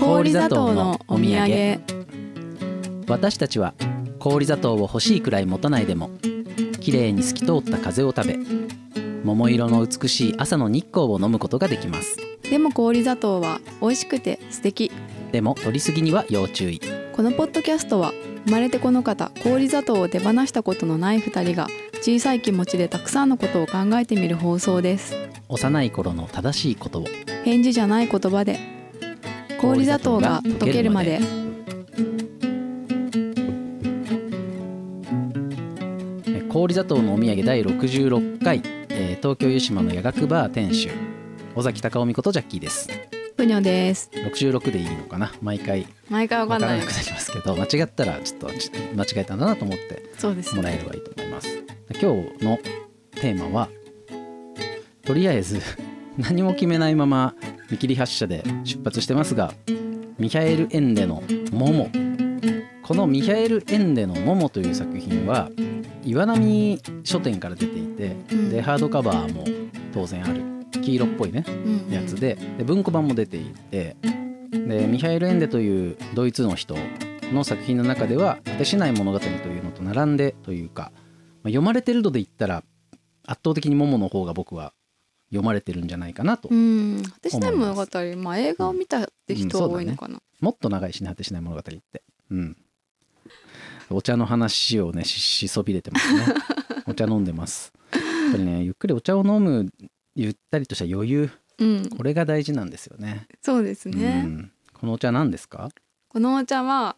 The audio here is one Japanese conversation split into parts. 氷砂糖のお土産私たちは氷砂糖を欲しいくらい持たないでも綺麗に透き通った風を食べ桃色の美しい朝の日光を飲むことができますでも氷砂糖は美味しくて素敵でも取りすぎには要注意このポッドキャストは生まれてこの方氷砂糖を手放したことのない2人が小さい気持ちでたくさんのことを考えてみる放送です幼い頃の正しいことを返事じゃない言葉で氷砂糖が溶けるまでえ氷砂糖のお土産第66回、えー東京湯島の夜学バー店主尾崎孝臣ことジャッキーですふにょです66でいいのかな毎回毎回わか分かんらないなくなりますけど間違ったらちょっとち間違えたんだなと思ってそうですもらえればいいと思います今日のテーマはとりあえず 何も決めないまま見切り発車で出発してますがミハエル・エンデの「モモ」このミハエル・エンデの「モモ」という作品は岩波書店から出ていて、うんでハードカバーも当然ある黄色っぽいねうんやつでで文庫版も出ていてでミハエル・エンデというドイツの人の作品の中では「果てしない物語」というのと並んでというか、まあ読まれてるので言ったら圧倒的に「モモ」の方が僕は読まれてるんじゃないかなと、うん果てしない物語まあ映画を見たって人はうん多いのかな、もっと長いしね「果てしない物語」って。うんお茶の話をねししそびれてますねお茶飲んでますやっぱりねゆっくりお茶を飲むゆったりとした余裕うんこれが大事なんですよねそうですね、うん、このお茶何ですかこのお茶は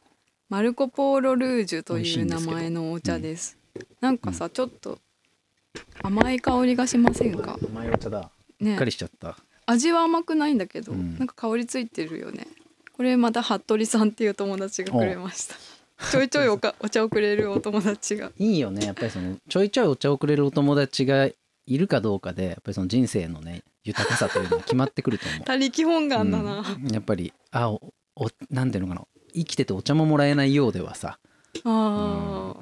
マルコ・ポーロ・ルージュと美味しいいうんで名すけど前のお茶ですなんかさ、ちょっと甘い香りがしませんか甘いお茶だうっねかりしちゃった味は甘くないんだけど、うんなんか香りついてるよねこれまた服部さんっていう友達がくれましたちょいちょいおかお茶をくれるお友達がいいよねやっぱりそのちょいちょいお茶をくれるお友達がいるかどうかでやっぱりその人生のね豊かさというのは決まってくると思う他力本願だな、うんやっぱりあおおなんていうのかな生きててお茶ももらえないようではさああ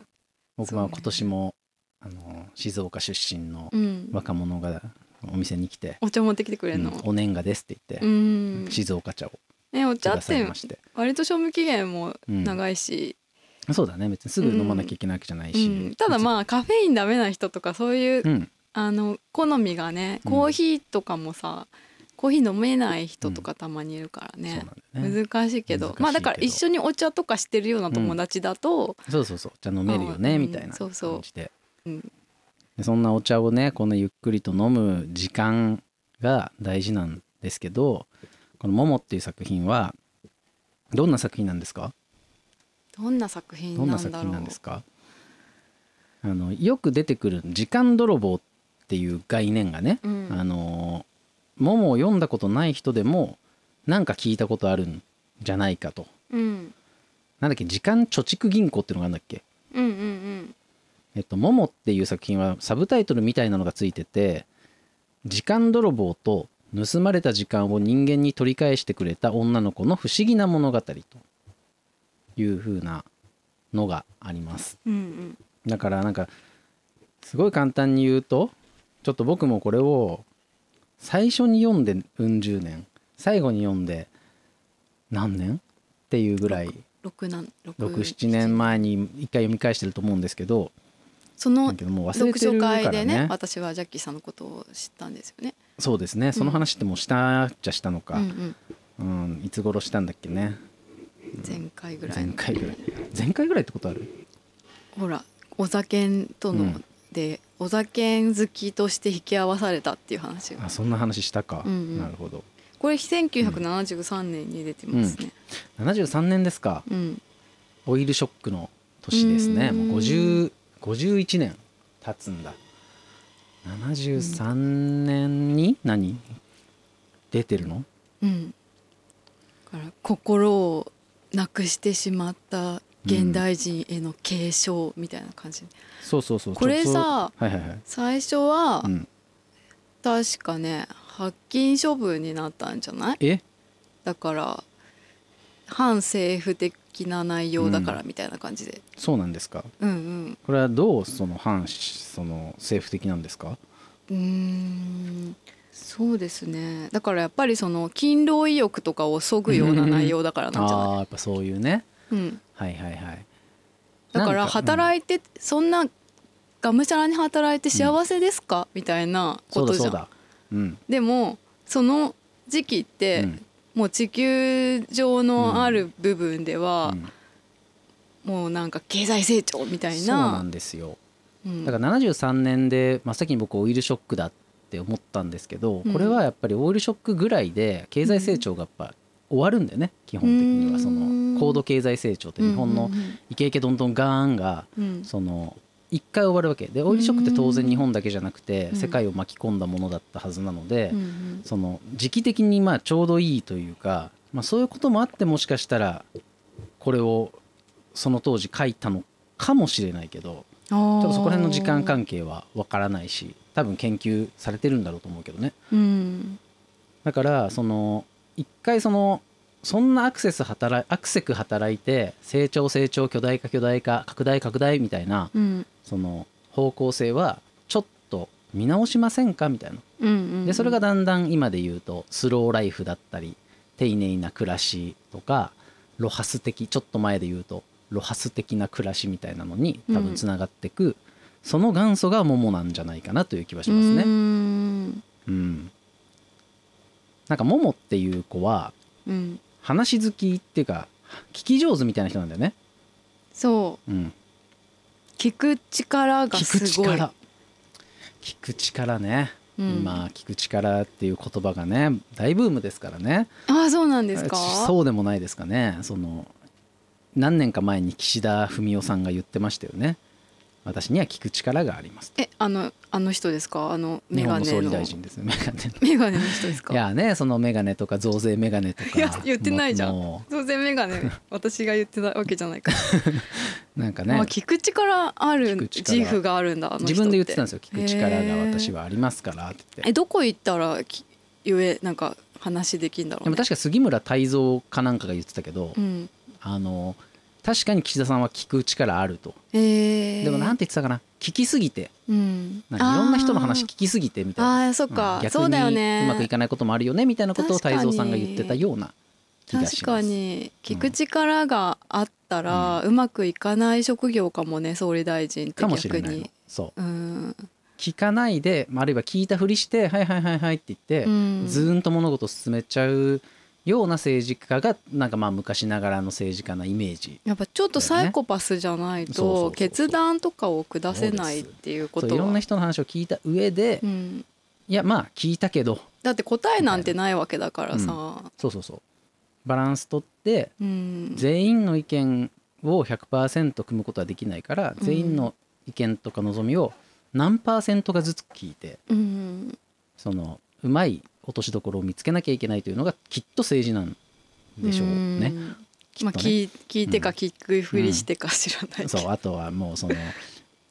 僕そうはね今年も、あの静岡出身のうん、若者がお店に来てお茶持ってきてく「れるのうんお年賀です」って言っうて、ん、静岡茶をねおく茶だっさいてまして、割と賞味期限もうん長いし、そうだね別にすぐ飲まなきゃいけないわけじゃないし、うん、ただまあカフェインダメな人とかそういう、うんあの好みがねうんコーヒーとかもさ、コーヒー飲めない人とかたまにいるからそうなねん、だよね難しいけど難しいけどまあだから一緒にお茶とかしてるような友達だと、そうそうそうお茶飲めるよあねうんみたいなそ感うそうじでうんでそんなお茶をねこんなゆっくりと飲む時間が大事なんですけどこの「モモ」っていう作品はどんな作品なんですかどんな作品どんななん作だろ品うなんですかあのよく出てくる「時間泥棒」っていう概念がね、うんあのモモを読んだことない人でもなんか聞いたことあるんじゃないかとうん、なんだっけ時間貯蓄銀行っていうのがあるんだっけうんうんうんえっと、モモっていう作品はサブタイトルみたいなのがついてて時間泥棒と盗まれた時間を人間に取り返してくれた女の子の不思議な物語という風なのがありますうんうんだからなんかすごい簡単に言うとちょっと僕もこれを最初に読んでうん十年最後に読んで何年っていうぐらい六なん六67年前に一回読み返してると思うんですけどそだのけどもう忘読れてる書から会でねね私はジャッキーさんのことを知ったんですよね。そうですねその話ってもうしたっちゃしたのか、ううんんいつ頃したんだっけねうん、前回ぐらい前の回ぐらい前回ぐらいってことあるほらお酒との、うんでお酒好きとして引き合わされたっていう話があそんな話したか、うんうんなるほどこれ1973年に出てますね、 73年ですかうんオイルショックの年ですねうんもう50 51年経つんだ73年に何出てるのうんだから心をなくしてしまった現代人への継承みたいな感じ、そうそうそうこれちょっとさはいはいはい、最初はうん、確かね発禁処分になったんじゃないえだから反政府的な内容だからみたいな感じで、そうなんですかうん、うんこれはどうその反その政府的なんですかうーんそうですねだからやっぱりその勤労意欲とかをそぐような内容だからなんじゃあなあやっぱそういうねい、うん、はいはいはいだかなんら働いてそんながむしゃらに働いて幸せですか、みたいなそこうだとじゃそうんだうんでもその時期っうて、んもう地球上のある部分では、うんもうなんか経済成長みたいそうななんですようんだから73年で真っ先に僕オイルショックだって思ったんですけどこれはやっぱりオイルショックぐらいで経済成長がやっぱ終わるんだよね基本的にうはんその高度経済成長って日本のイケイケどんどんガーンがうんうんその一回終わるわけでオイルショックって当然日本だけじゃなくてうん世界を巻き込んだものだったはずなのでうんうんその時期的にまあちょうどいいというかまあそういうこともあってもしかしたらこれをその当時書いたのかもしれないけどあーちょっとそこら辺の時間関係はわからないし多分研究されてるんだろうと思うけどねうんだからその一回そのそんなアクセス働いアクセク働いて成長成長巨大化巨大化拡大拡大みたいなうんその方向性はちょっと見直しませんかみたいなうんうんでそれがだんだん今で言うとスローライフだったり丁寧な暮らしとかロハス的ちょっと前で言うとロハス的な暮らしみたいなのに多うん分つながってく、その元祖がモモなんじゃないかなという気はしますうーね。んうんなんかモモっていう子はうん話好きっていうか聞き上手みたいな人なんだよね。そうん、う聞く力が聞くすごい力聞く力ね、うん今聞く力っていう言葉がね大ブームですからね。あーそうなんですかそうでもないですかねその何年か前に岸田文雄さんが言ってましたよね私には聞く力がありますえあのあの人ですかあの日メ本ガのネ総理の大臣ですねメガネのメガネの人ですかいやねそのメガネとか増税メガネとかいや言ってないじゃんも当然メガネ 私が言ってたわけじゃないから、うなんかまねあ聞く力あ聞るく力自負があるんだあの人自分で言ってたんですよ聞く力へがー私はありますからって言ってえどこ行ったらきゆえなんか話できんだろでう、ね、も確か杉村太蔵かなんかが言ってたけど、うんあの確かに岸田さんは聞く力あると、えー、でもなんて言ってたかな聞きすぎてうんなんかいろんな人の話聞ききすぎてみたいなあーあーそっか、うん逆そうだよにねうまくいかないこともあるよねみたいなことを確かに太蔵さんが言ってたような気がします確かに聞く力があったら、うまくいかない職業かもね総理大臣って逆にかもしれないのそううん、聞かないでまああるいは聞いたふりして「はいはいはいはい」って言って、うんずーんと物事を進めちゃうような政治家がなんかまあ昔ながらの政治家なイメージやっぱちょっとサイコパスじゃないそうそうそうそとう決断とかを下せないっていうこそとうはいろんな人の話を聞いた上で、ういん、やまあ聞いたけどだって答えなんてないわけだからさ、そうそうそうバランス取ってうん全員の意見を100%組むことはできないからうん全員の意見とか望みを何パーセントかずつ聞いてうんそのうまい落としどころを見つけなきゃいけないというのがきっと政治なんでしょうね。んきまっあとね聞い聞いてか聞くふりしてか知らないけど、そうあとはもうその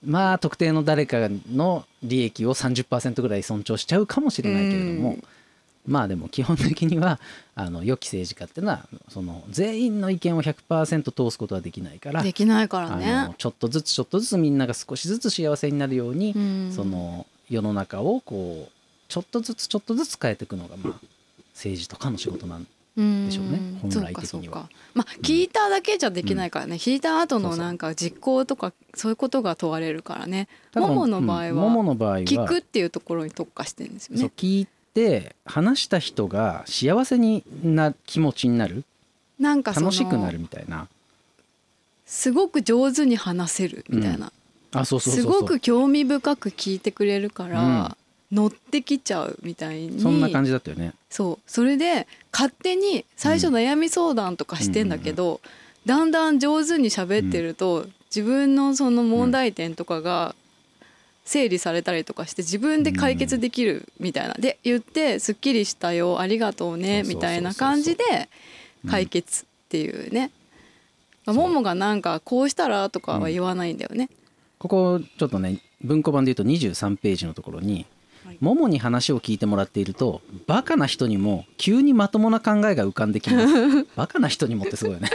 まあ特定の誰かの利益を30%ぐらい尊重しちゃうかもしれないけれども、うんまあでも基本的にはあの良き政治家ってのはその全員の意見を100%通すことはできないからできないからあのね。ちょっとずつちょっとずつみんなが少しずつ幸せになるように、うんその世の中をこうちょっとずつちょっとずつ変えていくのが、まあ、政治とかの仕事なんでしょうね本来的にはまあ聞いただけじゃできないからね、聞いた後そのうそうなんか実行とかそういうことが問われるからねただモモの場合はうんモモの場合は聞くっていうところに特化してるんですよそうね。聞いて話した人が幸せにな気持ちになるなんかその楽しくなるみたいなすごく上手に話せるみたいな、あそうそうそすうそうごく興味深く聞いてくれるから、乗ってきちゃうみたいにそんな感じだったよねそうそれで勝手に最初うん悩み相談とかしてんだけど、だんだん上手に喋ってると、自分のその問題点とかが整理されたりとかして自分で解決できるみたいな、で言って「すっきりしたよありがとうね」そうそうそうそうみたいな感じでうん解決っていうね。そうももがなんかこうしたらとかは言わないんだよね。ここちょっとね文庫版で言うと23ページのところにはいももに話を聞いてもらっているとバカな人にも急にまともな考えが浮かんできます バカな人にもってすごいよね、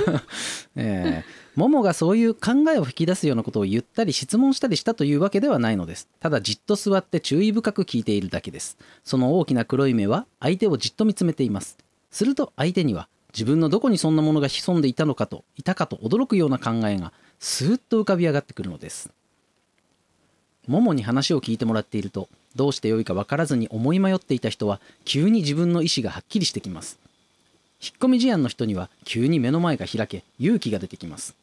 えー、ももがそういう考えを引き出すようなことを言ったり質問したりしたというわけではないのですただじっと座って注意深く聞いているだけですその大きな黒い目は相手をじっと見つめていますすると相手には自分のどこにそんなものが潜んでいたのかといたかと驚くような考えがスーッと浮かび上がってくるのですももに話を聞いてもらっているとどうしてよいか分からずに思い迷っていた人は急に自分の意思がはっきりしてきます引っ込み思案の人には急に目の前が開け勇気が出てきます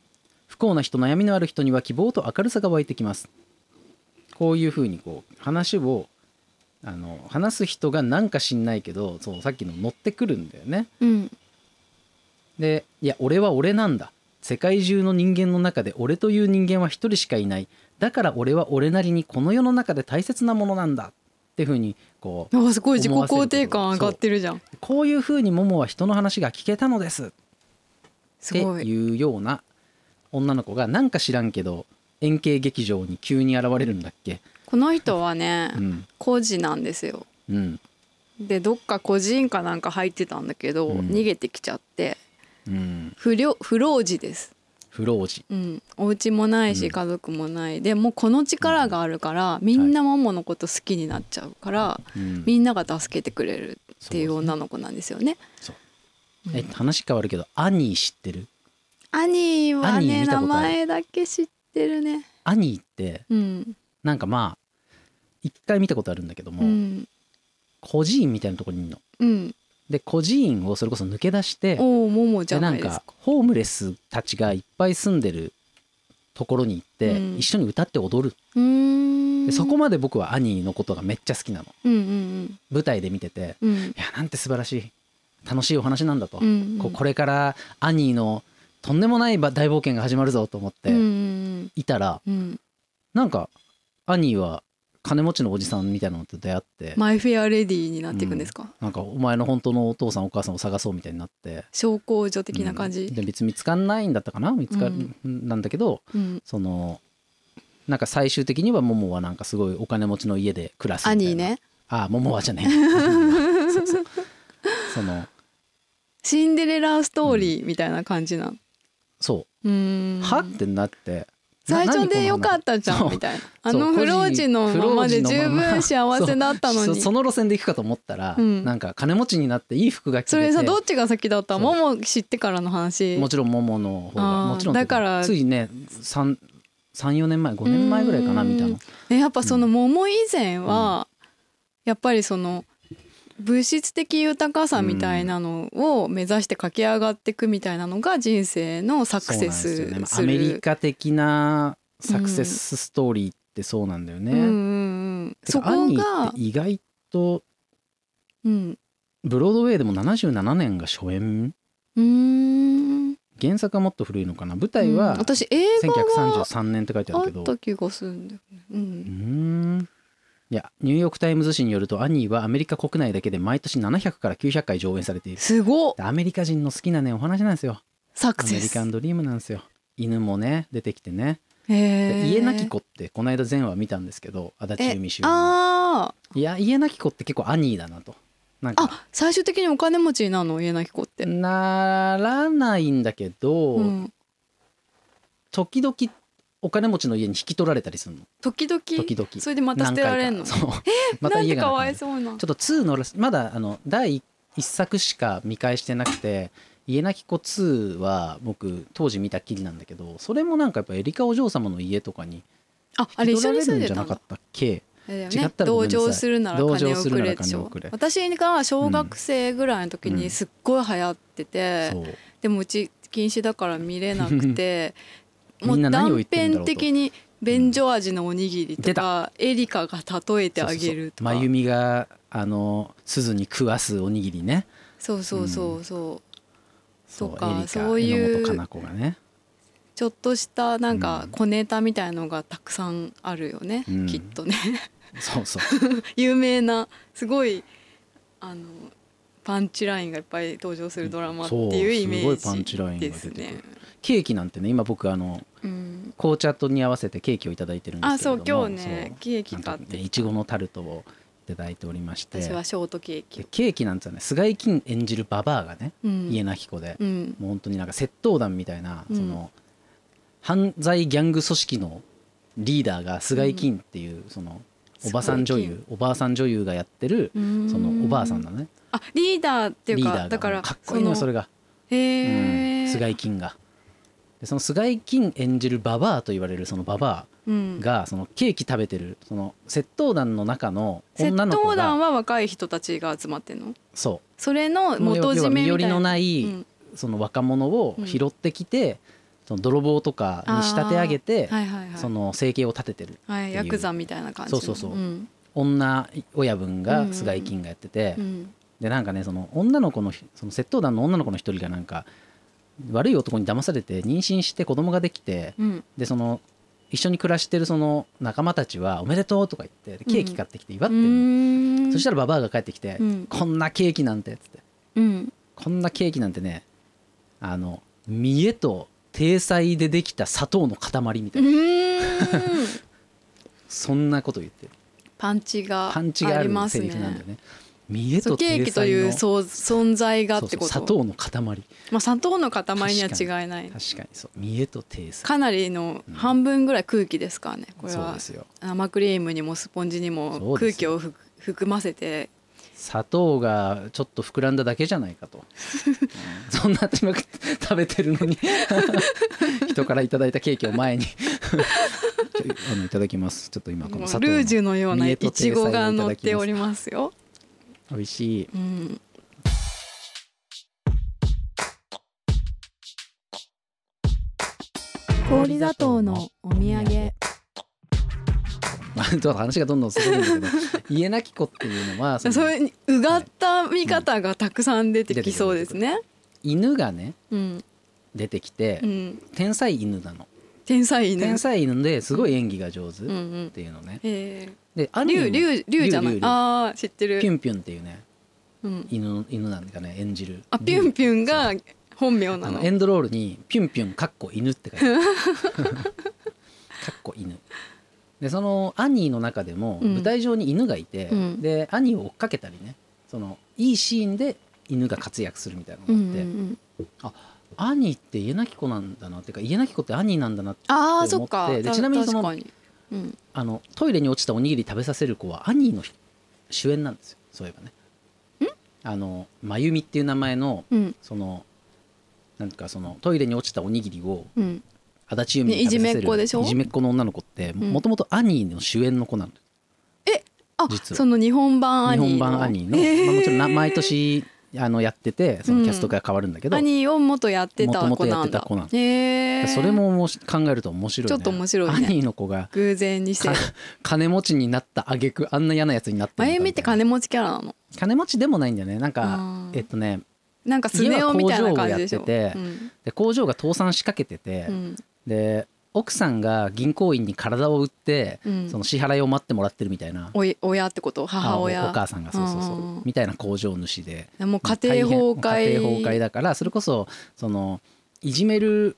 不幸な人悩みのある人には希望と明るさが湧いてきますこういうふうにこう話をあの話す人がなんか知んないけどそうさっきの乗ってくるんだよねうんで「いや俺は俺なんだ世界中の人間の中で俺という人間は一人しかいないだから俺は俺なりにこの世の中で大切なものなんだ」っていうふうにこうあすごい自己肯定感上がってるじゃんこういうふうにモモは人の話が聞けたのですっすてごいいうような女の子がなんか知らんけど円形劇場に急に現れるんだっけこの人はね、うん孤児なんですようんでどっか孤児院かなんか入ってたんだけど、うん逃げてきちゃってうん不良不老児です、不老児うん、お家もないうしん家族もない、でもうこの力があるからみんなママのこと好きになっちゃうから、うんみんなが助けてくれるっていうそうですね女の子なんですよね。そううんえ話変わるけどアニー知ってるアニーはアニーね見名たことある前だけ知ってるね。アニーってうん、なんかまあ一回見たことあるんだけども、うん、孤児院みたいなところにいるの。うん、で孤児院をそれこそ抜け出しておおももじでゃななんいですかか。ホームレスたちがいっぱい住んでるところに行って、うん一緒に歌って踊るうーん。でそこまで僕はアニーのことがめっちゃ好きなのうんうん舞台で見ててうんうんいやなんて素晴らしい楽しいお話なんだと、うんうん。こうこれからアニーのとんでもないば大冒険が始まるぞと思っうんうてんいたら、うんうん。なんかアニーは金持ちのおじさんみたいなのと出会って、マイフェアレディーになっていくんですか。なんかお前の本当のお父さんお母さんを探そうみたいになって小公女的な感うんじ。で別に見つかんないんだったかな見つか、うんなんだけどうん。そのなんか最終的にはモモはなんかすごいお金持ちの家で暮らすアみたニーいなね。ああモモはじゃ ねえそうそうそのシンデレラストーリーみたいな感じなの。そうう、ーん。はってなってな最初でよかった何この話じゃそうんみたいなあそうの不老児のままで不老児十のまま分幸せだったのそにその路線で行くかと思ったら、うんなんか金持ちになっていい服が着ててそれさどっちが先だったそうもも知ってからの話もちろんモモの方があーもちろんだからついね34年前5年前ぐらいかなみたいなねやっぱその桃以前はやっぱりその物質的豊かさみたいなのを目指して駆け上がっていくみたいなのが人生のサクセそうスなんですすよね、アメリる。カ的なサクセスストーリーってそうなんだよね、うんうんうんてそかアこニーがって、意外とうん、ブロードウェイでも77年が初演うーん原作はもっと古いのかな舞台はうん私映画は1933年って書いてああるけっどた気がするんだよね。うんうーんいやニューヨーク・タイムズ紙によるとアニーはアメリカ国内だけで毎年700から900回上演されているすごっアメリカ人の好きなねお話なんですよサアクメセリスカンドリームなんですよ犬もね出てきてね「でへえ家なき子」ってこの間前話見たんですけど足立由美主演のあーいや家なき子って結構アニーだなとなんかあ最終的にお金持ちになるの家なき子って、ならないんだけど、うん、時々お金持ちの家に引き取られたりするの時々時々それでまた捨てられんの何回かそう またなん家てがかわないそうなちょっと2のまだあの第1作しか見返してなくて「家なき子2」は僕当時見たっきりなんだけどそれもなんかやっぱエリカお嬢様の家とかにああれ引き一緒に取られ住んるんでじゃたなんかだったっけあれだよ違ねったらごめ同んなさい情するなら同金情をすくるなれらでしょ金をくれ私が小学生ぐらいの時うんにすっごい流行ってて、そうでもうち禁止だから見れなくても みんうな何を断言ってるんだろ片うと的に便所味のおにぎりとか、エリカが例えてあげるとかそうそうそう真由美があの鈴に食わすおにぎりねそうそうそうそう、そとうエかリカそういう榎本かな子がねちょっとしたなんうかん小ネタみたいのがたくさんあるよね、うんきっとね そうそう有名なすごいあのパンチラインがいっぱい登場するドラマってそういうイメすごいパンーチライジンが出でてすくるね。ケーキなんてね今僕あのうん、紅茶とに合わせてケーキをいただいてるんですあけれどそもう今日ねケーキそう買なっんかてねいちごのタルトをいただいておりまして私はショートケーキでケーキなんてね菅井金演じるババアがね、うん家なき子で、うんもう本当になんか窃盗団みたいな、うんその犯罪ギャング組織のリーダーが菅井金っていう、そのおばさん女菅井優おばあさん女優がやってる、そのおばあさんなのねあリーダーっていリうーダーかがだからかっこいいのよそれが、へうんえ菅井金がでその菅井金演じるババアと言われるそのババアが、そのケーキ食べてるその窃盗団の中の女窃の子盗団がは若い人たちが集まってんのそそれのうもう元要締はめ身み寄たりいなのなうい、んその若者を拾ってきて、その泥棒とかに仕立て上げて、はいはいはいその生計を立ててるはい、ヤクザみたいな感じのそうそうそうん女親分うんうがん菅井金がやってて、うんでなんかねその女の子のその窃盗団の女の子の一人がなんか悪い男に騙されて妊娠して子供ができてうんでその一緒に暮らしてるその仲間たちは「おめでとう」とか言ってでケーキ買ってきて祝ってるの、そしたらババアが帰ってきて「うんこんなケーキなんて」っつってら、うん、 「こんなケーキなんてねあの見栄と体裁でできた砂糖の塊みたういな、ーんそんなこと言ってるパンチがパンチがありるますセねリフなんだよね。見栄そとうケー体キと裁いうのそう存在がそっうてそこうと砂糖の塊確まあ、砂糖の塊には違いないかにそう見栄と体裁かなりの半分ぐらい空気ですからねこれそうはですよ生クリームにもスポンジにそもうで空す気よをふく含ませて砂糖がちょっと膨らんだだけじゃないか と、うんそんな私も食べてるのに 人からいただいたケーキを 前にちょあのいただきますちょっと今こものう砂糖ルージュのような見栄いとちごが乗ってお体裁をいただきりますよ。ます美味しいうん、氷砂糖のお土産まあちょっと話がどんどん進むんだけど 家なき子っていうのはそのそういううがった見方がたくさん出てきそうですね。犬がねうん、出てきて、うん、天才犬なの天才犬。天才犬ですごい演技が上手っうんうん。ていうのね、えでえ、兄龍龍龍じゃなリい。ュウリュウああ知ってピュる。ンピュンっていうねうん、犬の犬なんかね演じるあピュンピュンが本名なのあのエ。ンドロールに「ピュンピュン」かっこ犬って書い てあるかっこ犬でそのアニーの中でもうん舞台上に犬がいて、うんでアニーを追っかけたりねそのいいシーンで犬が活躍するみたいなうんうのがあって、ん、アニーって家なき子なんだなっていうか家なき子ってアニーなんだなってああってそ思っってか。でたちなみにその確かにうん、あのトイレに落ちたおにぎり食べさせる子はアニーの主演なんですよそういえばね。あの真由美っていう名前のうん、そのなんかそのトイレに落ちたおにぎりをうん。足立由美に食べさせるねいじめっ子でしょいじめっ子の女の子ってんもともとアニーの主演の子なんだあ実はその日本版ア日ニーの。本版アニーの、ええまあ、もちろんな毎年あのやっててそのキャストが変わるんだけど、アニーを元やってた元子々やっなんてただ。子なんへえ。それももし考えると面白いねちょっと面白いねアニーの子が偶然にしてか。金持ちになった挙句あんな嫌なやつになったまのかゆみって金持ちキャラなの。金持ちでもないんだよねなんあかーえっとねなんかスネ夫みたいな感じでしょ。家は工場をやっててうんで工場が倒産しかけてて、うんで奥さんが銀行員に体を売って、うんその支払いを待ってもらってるみたいなおい親ってこと母親あおお母さんがそうそうそう、うんみたいな工場主でもう家庭崩大壊変家庭崩壊だからそれこそそのいじめる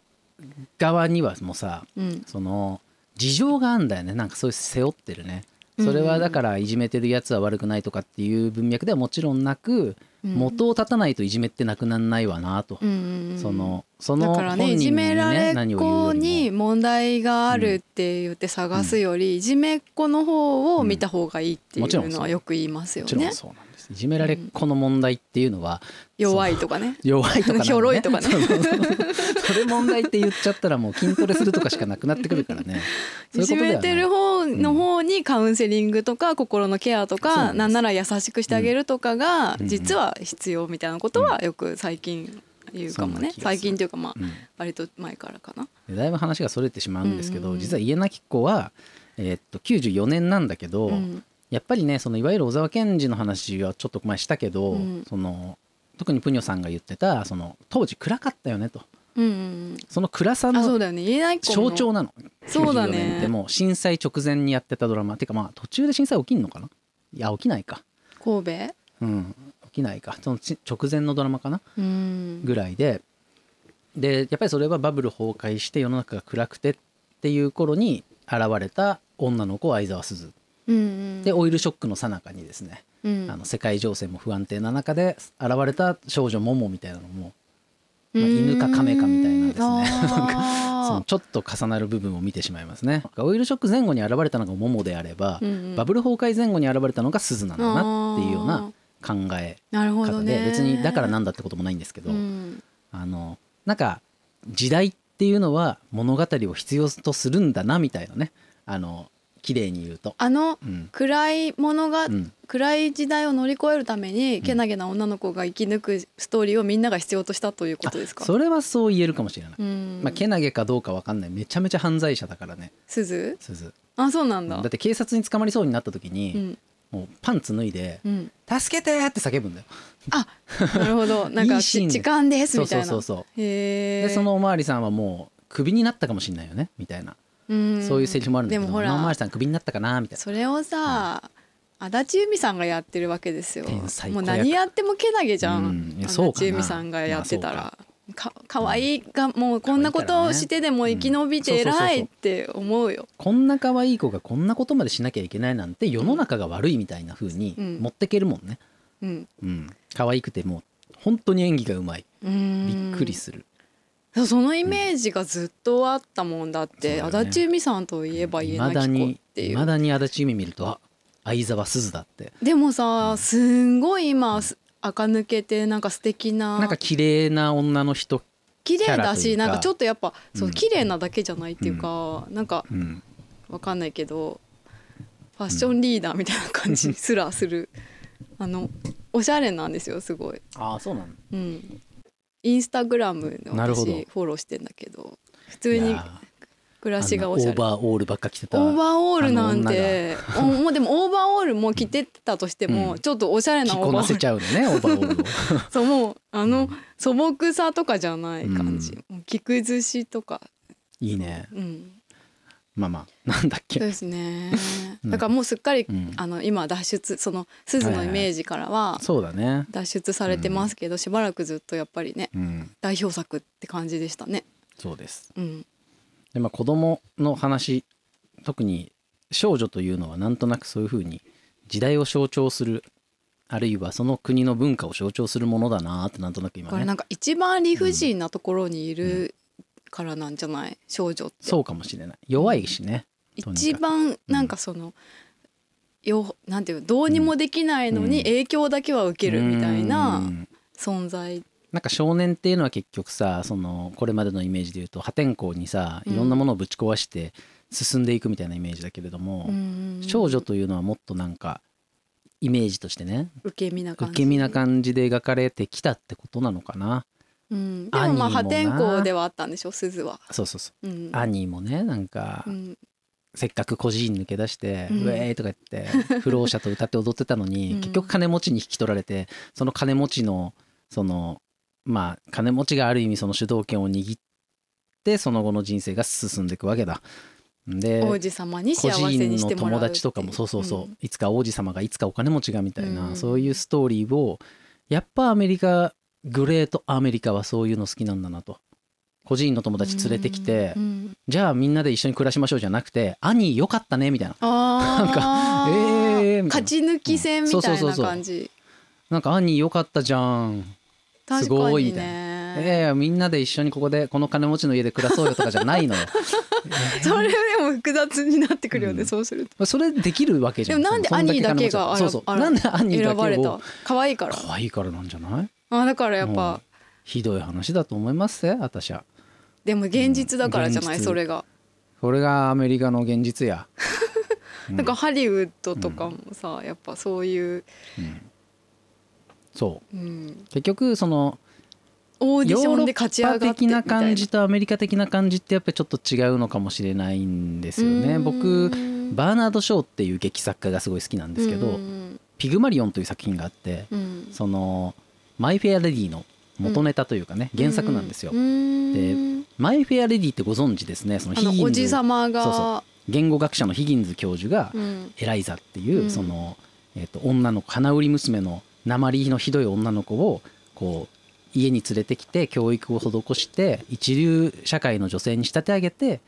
側にはもうさうんその事情があんだよねなんかそういう背負ってるねそれうんうんうはんだからいじめてるやつは悪くないとかっていう文脈ではもちろんなく、うん元を立たないといじめってなくなんないわなと、うんうんうんそのそだのか本ら人ねいじにめらねれ何っを言うよ子りにも問題があるって言って探すより、いじめっ子の方を見た方がいいっていもちろんうそのうはよく言いますよもちろねん。そうなんですいじめられっ子の問題っていうのは、弱いとかね。弱いとかなの ねひょろいとかねそうそうそうそれ問題って言っちゃったらもう筋トレするとかしかなくなってくるからね そ ういいじうことだめよてねる方の方にカウンセリングとか心のケアとそうなんかですなんなら優しくしてあげるとかがうん実は必要みたいなことはよく最近言うかもそんなね気がす最る近というかまあうん割と前からかな。でだいぶ話がそれてしまうんですけうど、んうんうん実は家なき子は、えーっと94年なんだけど、うんやっぱりねそのいわゆる小沢健二の話はちょっと前したけど、うんその特にプニョさんが言ってたその当時暗かったよねとうんうんその暗さうん、あそのうだよね言えない子も象徴なのそうだね94年ってもう震災直前にやってたドラマてかまあ途中で震災起きんのかないや起きないか神戸うん、起きないかそのち直前のドラマかなうんぐらいででやっぱりそれはバブル崩壊して世の中が暗くてっていう頃に現れた女の子相沢鈴うんうんでオイルショックの最中にですね、うんあの世界情勢も不安定な中で現れた少女モモみたいなのもまあうん犬か亀かみたいなんですねあーそのちょっと重なる部分を見てしまいますねオイルショック前後に現れたのがモモであれば、うんうんバブル崩壊前後に現れたのが鈴なんだなっていうような考えなるほ方どで、ね別にだからなんだってこともないんですけど、うんあのなんか時代っていうのは物語を必要とするんだなみたいなねあの綺麗に言うと、あのうん暗いものが、うん暗い時代を乗り越えるためにけなげな女の子が生き抜くストーリーをみんなが必要としたということですかあそれはそう言えるかもしれない、うんまあ、けなげかどうかわかんないめちゃめちゃ犯罪者だからね鈴鈴あそうなんだだって警察に捕まりそうになった時うに、んもうパンツ脱いでうん、 「助けて!」って叫ぶんだよ あなるほどなんかいいシーンで時間ですそうみたいそうなそうそうへえでそのおまわりさんはもうクビになったかもしれないよねみたいな、うんそういうセリフもあるんだけどでもほおまわらりさんクビになったかなみたいなそれをさ、足立由美さんがやってるわけですよ天才子役もう何やってもけなげじゃん、うんいや足そうか立な由美さんがやってたまあらかかわいいがもうこんなことをしてでも生き延びて偉いって思うよこんな可愛い子がこんなことまでしなきゃいけないなんて世の中が悪いみたいな風にうん持ってけるもんね、うんうん、可愛くてもう本当に演技がうまいびびっくりする、そうそのイメージがずっとあったもんだって、そうだ足よね立由美さんといえば家な未だき子っにてい、いうまだに足立由美見るとあ相沢すずだってでもさすんごい今す垢抜けてなんか素敵ななんか綺麗な女の人、綺麗だキャラといしうかなんかちょっとやっぱそううん綺麗なだけじゃないっていうか、なんかうん、わかんないけどファッションリーダーみたいな感じすらする、あのおしゃれなんですよすごい、ああそうなんうん、インスタグラムのなるほど私フォローしてんだけど普通いにやー暮らしがあんおなしゃオれーバーオールばっか着てたオーバーオールなんておもうで もオーバーオールも着てたとしても、うんちょっとおしゃれ着なオこーバーなオせーちゃうのねオーバーオー ルをルそうもうあの素朴さとかじゃない感じ、もう着崩しとかいいねうんまあまあなんだっそうけですねうんだからもうすっかり、うんあの今脱出その鈴のイメージからはそうだね脱出されてますけど、しばらくずっとやっぱりねうん代表作って感じでしたねそうですうんでまあ子供の話特に少女というのはなんとなくそういうふうに時代を象徴するあるいはその国の文化を象徴するものだなーってなんとなく今これねなんか一番理不尽なところにいるからなんじゃない少女ってそうかもしれない弱いしねとにかく一番なんかその、よなんていうのどうにもできないのうにん影響だけは受けるみたいうなん存在なんか少年っていうのは結局さそのこれまでのイメージで言うと破天荒にさうんいろんなものをぶち壊して進んでいくみたいなイメージだけれども、うん少女というのはもっとなんかイメージとしてね受け身な感受じけ身な感じで描かれてきたってことなのかなうん、でもまあ兄もな破天荒ではあったんでしょ鈴は、そうそうそううん兄もねなんか、うんせっかく孤児院抜け出して「ううんウェーイ!」とか言って不老者と歌って踊ってたのに、うん結局金持ちに引き取られてその金持ちのそのまあ金持ちがある意味その主導権を握ってその後の人生が進んでいくわけだ。で王子様に孤幸児せ院にしのてもらう友達とかもそうそうそう、んいつか王子様がいつかお金持ちがみたいな、うんそういうストーリーをやっぱアメリカグレートアメリカはそういうの好きなんだなと孤児院の友達連れてきて、うんうんじゃあみんなで一緒に暮らしましょうじゃなくて「兄よかったね」みたいなああえーみたいな勝ち抜き戦みたいな感じ、 「なんか兄よかったじゃん」そうそうそう確かすごいにみたいねいやいやみんなで一緒にここでこの金持ちの家で暮らそうよ」とかじゃない のよそれでも複雑になってくるよね、うんそうするとそれできるわけじゃんでもなんでそのそん兄だけ金持がちそうそうあらなんで兄だ選ばけれたを可愛いから可愛いからなんじゃないあだからやっぱ、うんひどい話だと思いますぜ私はでも現実だからじゃない、現実それが、これがアメリカの現実や、うんなんかハリウッドとかもさ、やっぱそういう、うんそううん、結局そのオーディヨシーョロンで勝ち上がッってパみたい的な感じとアメリカ的な感じってやっぱりちょっと違うのかもしれないんですよねうん僕バーナード・ショーっていう劇作家がすごい好きなんですけうどん「ピグマリオン」という作品があってうんそのマイ・フェア・レディの元ネタというかね原作なんですよう。んでマイ・フェア・レディってご存知ですねそのあヒギのおンじズさまがそうそ言語学者のヒギンズ教授がうんエライザっていう、うんその、えっと女の子花売り娘の鉛のひどい女の子をこう家に連れてきて教育を施して一流社会の女性に仕立て上げて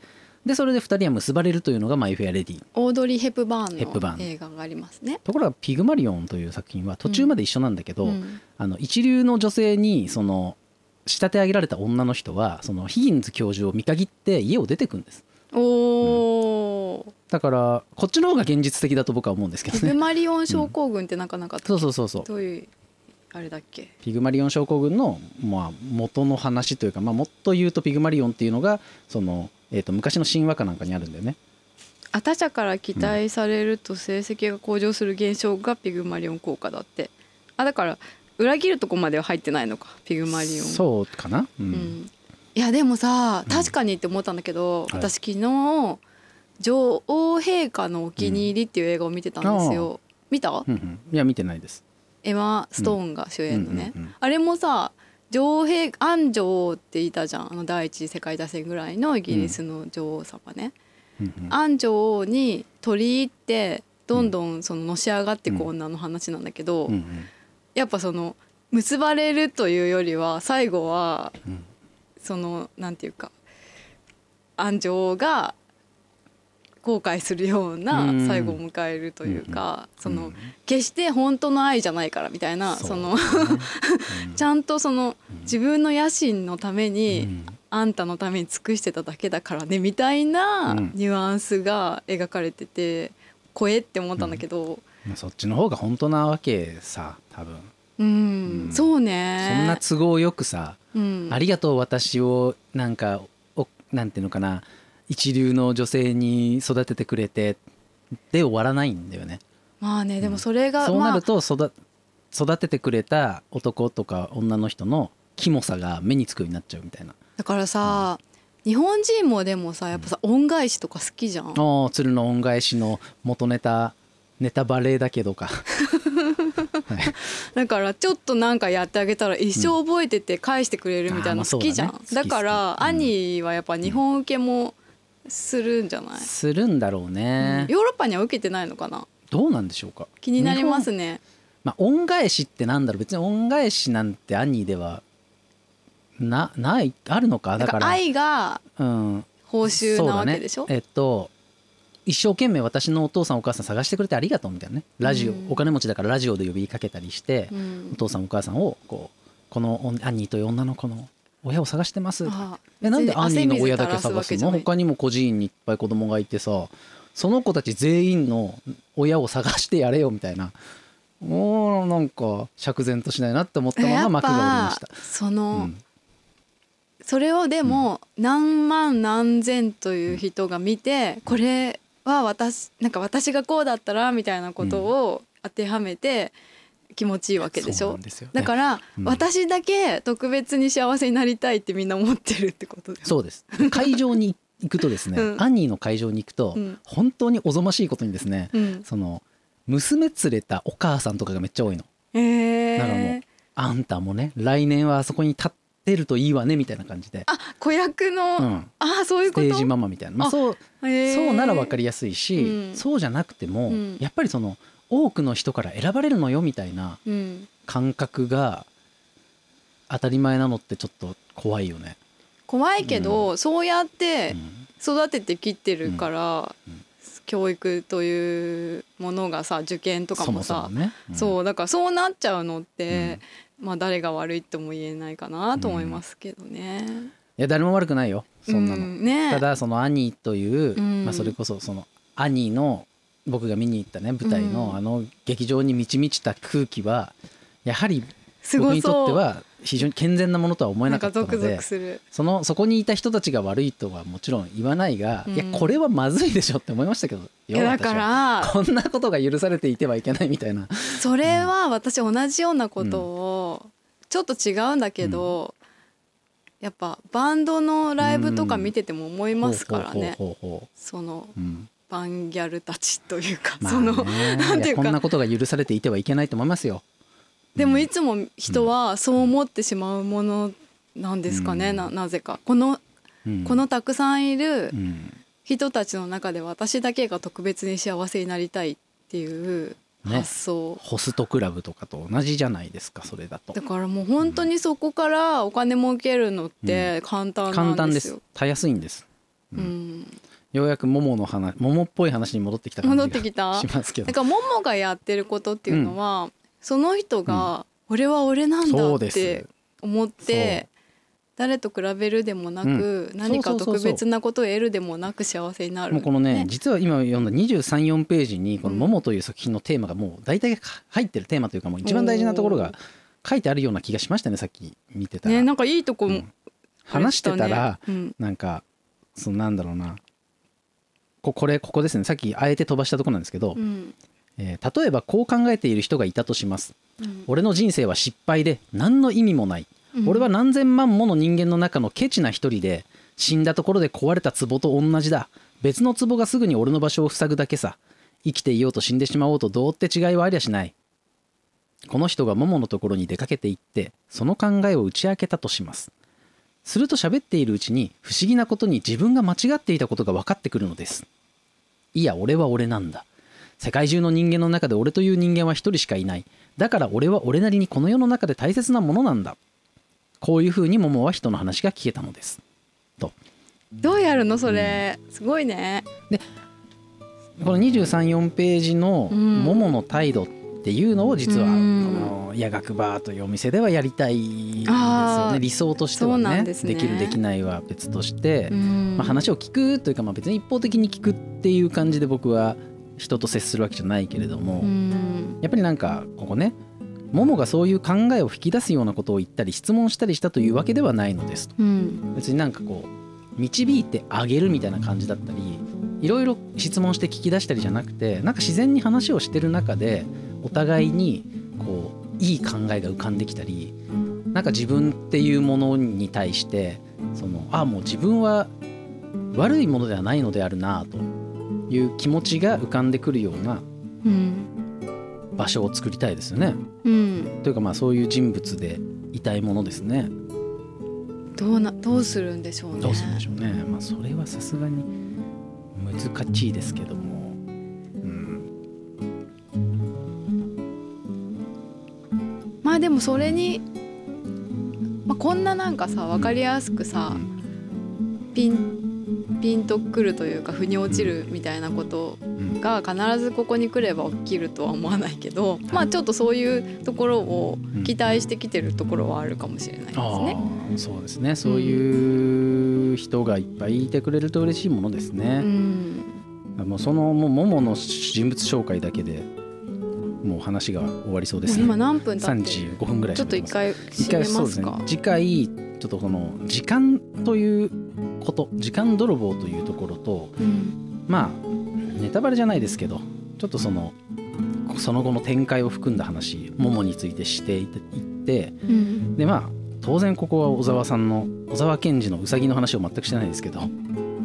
でそれで2人は結ばれるというのが「マイ・フェア・レディオードリー・ヘプバヘップバーーンンの映画がありますね。ところが「ピグマリオン」という作品は途中まで一緒なんだけど、うんあの一流の女性にその仕立て上げられた女の人はそのヒギンズ教授を見限って家を出てくんですおーだからこっちの方が現実的だと僕は思うんですけどピグねマリオン症候群ってなんかなかったそうそうそうそうどういうあれだっけピグマリオン症候群の、まあ、元の話というか、まあ、もっと言うとピグマリオンっていうのがその、えー、と昔の神話かなんかにあるんだよねあ他者から期待されると成績が向上する現象がピグマリオン効果だってあだから裏切るとこまでは入ってないのかピグマリオンそうかなう、うんん、いやでもさうん確かにって思ったんだけど、はい私昨日女王陛下のお気に入りっていう映画を見てたんですよ、見たうんうんいや見てないですエマ・ストーンが主演のね、うんうんうんあれもさ女王陛安女王っていたじゃんあの第一次世界大戦ぐらいのイギリスの女王様ね、うんうん安女王に取り入ってどんどんそののし上がってく女の話なんだけど、うんうんやっぱその結ばれるというよりは最後はうんそのなんていうか安女王が後悔するようなうん最後を迎えるというか、そうのん決して本当の愛じゃないからみたいなその ちゃんとその自分の野心のために、あんたのために尽くしてただけだからねみたいなうんニュアンスが描かれてて怖えって思ったんだけど、まあそっちの方が本当なわけさ多分うんうんそうそねんな都合よくさうんありがとう私をなんかおなんていうのかな一流の女性に育ててくれてで終わらないんだよねまあねでもそれが、そうなまあると育育ててくれた男とか女の人のキモさが目につくようになっちゃうみたいなだからさ、日本人もでもさやっぱさ恩返しとか好きじゃん。おー鶴の恩返しの元ネタネタバレだけどかはいだからちょっとなんかやってあげたら一生覚えてて返してくれるみたいあーまなあそ好うだねきじゃん、好き好きだから、うん兄はやっぱ日本受けもするんじゃない、 するんだろうね、ヨーロッパには受けてないのかなどうなんでしょうか気になりますねまあ、恩返しってなんだろう別に恩返しなんて兄ではなないあるのかだだかからら愛がうん報酬なわけでしそょうだねえっと一生懸命私のお父さんお母さん探してくれてありがとうみたいなねラジオ、うんお金持ちだからラジオで呼びかけたりして、うんお父さんお母さんをこうこのお兄という女の子の親を探してますあえなんで別に兄の親だけ汗水垂らす探わすけじゃのない他にも孤児院にいっぱい子供がいてさその子たち全員の親を探してやれよみたいなもうなんか釈然としないなって思ったまやまっ幕が下りまぱした。そうの、んそれをでも何万何千という人が見て、これは私なんか私がこうだったらみたいなことを当てはめて気持ちいいわけでしそうなょん。ですよねだから、うん私だけ特別に幸せになりたいってみんな思ってるってことです。そうです。会場に行くとですね、うんアニーの会場に行くと、うん本当におぞましいことにですね、うん、その娘連れたお母さんとかがめっちゃ多いの。えーだからもうあんたもね、来年はあそこに立ってるといいわねみたいな感じで、あ子役の、うん、ああそういうステことージママみたいな、まあ、あそうへーそうなら分かりやすいし、うんそうじゃなくても、うんやっぱりその多くの人から選ばれるのよみたいなうん、感覚が当たり前なのってちょっと怖いよね。怖いけど、そうやって、うん育ててきってるから、うんうん教育というものがさ受験とかもそさもそもね、うんそうだからそうなっちゃうのって、まあ誰が悪いとも言えないかなと思いますけどね。いや誰も悪くないよそんなの、うねただその兄という、うんまあ、それこそその兄の僕が見に行ったね舞台うのんあの劇場に満ち満ちた空気はやはりすご僕そうにとっては非常に健全なものとは思えななんかっかたゾのでクゾクする。そのそこにいた人たちが悪いとはもちろん言わないが、うんいやこれはまずいでしょって思いましたけどよいやだか私はらこんなことが許されていてはいけないみたいなそれは私同じようなことをちょっと違うんだけど、やっぱバンドのライブとか見てても思いますからね。ほうほうほうほそのううんバンギャルたちというか、まあそのねなんいていやうこかんなことが許されていてはいけないと思いますよでもいつも人はそう思ってしまうものなんですかね、うんななぜかこのうんこのたくさんいるうん人たちの中で私だけが特別に幸せになりたいっていうね発想、ホストクラブとかと同じじゃないですかそれだとだからもう本当にそこからお金儲けるのって簡単簡なん単でですよす。たやすいんですうんようやく桃の話桃っぽい話に戻ってきた感じが戻ってきたしますけだどからモモがやってることっていうのは、その人が俺は俺なんだそうっですて思って誰と比べるでもなく、何かそうそうそう特そう別なことを得るでもなく幸せになる。もうこのね実は今読んだ234ページにこの「桃」という作品のテーマがもう大体入ってるテーマというかもう一番大事なところが書いてあるような気がしましたねさっき見てたら、ねなんかいいとこも、うん話してたらうんなんかそのなんだろうなここれここですねさっきあえて飛ばしたところなんですけど、うんえー例えばこう考えている人がいたとしますうん俺の人生は失敗で何の意味もない、うん俺は何千万もの人間の中のケチな一人で死んだところで壊れた壺と同じだ別の壺がすぐに俺の場所を塞ぐだけさ生きていようと死んでしまおうとどうって違いはありゃしないこの人がモモのところに出かけていってその考えを打ち明けたとしますすると喋っているうちに不思議なことに自分が間違っていたことが分かってくるのですいや俺は俺なんだ世界中の人間の中で俺という人間は一人しかいないだから俺は俺なりにこの世の中で大切なものなんだこういうふうにモモは人の話が聞けたのですとどうやるのそれ、すごいね。この234ページのうんモモの態度っていうのを実は、うんこの夜学バーというお店ではやりたいですあよねー理想としてはそうなねんでですねきるできないは別として、うんまあ、話を聞くというか、まあ、別に一方的に聞くっていう感じで僕は人と接するわけじゃないけれども、うんやっぱりなんかここねモモがそういう考えを引き出すようなことを言ったり質問したりしたというわけではないのですとうん別になんかこう導いてあげるみたいな感じだったりいろいろ質問して聞き出したりじゃなくてなんか自然に話をしてる中でお互いにこういい考えが浮かんできたりなんか自分っていうものに対してそのあもう自分は悪いものではないのであるなという気持ちが浮かんでくるようなうん場所を作りたいですよね。うんというかまあそういう人物でいたいものですね。どうなどうするんでしょうね。どうするんでしょうね。まあそれはさすがに難しいですけども。うん、まあでもそれに、まあ、こんななんかさ分かりやすくさ、ピンピンとくるというか腑に落ちるみたいなことうんが必ずここに来れば起きるとは思わないけど、まあちょっとそういうところを期待してきてるところはあるかもしれないですああ、ね。そうですね。そういう人がいっぱいいてくれると嬉しいものですうね。ん、もうそのもうモモの人物紹介だけでもう話が終わりそうです今ね。何分経三って十る五分ぐらいちょ喋ってと一回一閉回めそうまですすねか。次回ちょっとこの時間ということ時間泥棒というところとうんまあネタバレじゃないですけどちょっとそのその後の展開を含んだ話ももについてしていってうんでまあ当然ここは小沢さんの小沢健二のうさぎの話を全くしてないですけど、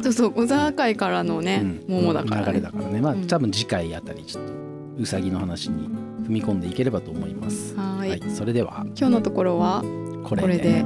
そうそう小沢会からのね、うん桃だから、流れねだからねまあうん多分次回あたりちょっとうさぎの話に踏み込んでいければと思います。はーいはい、それでは今日のところはここれで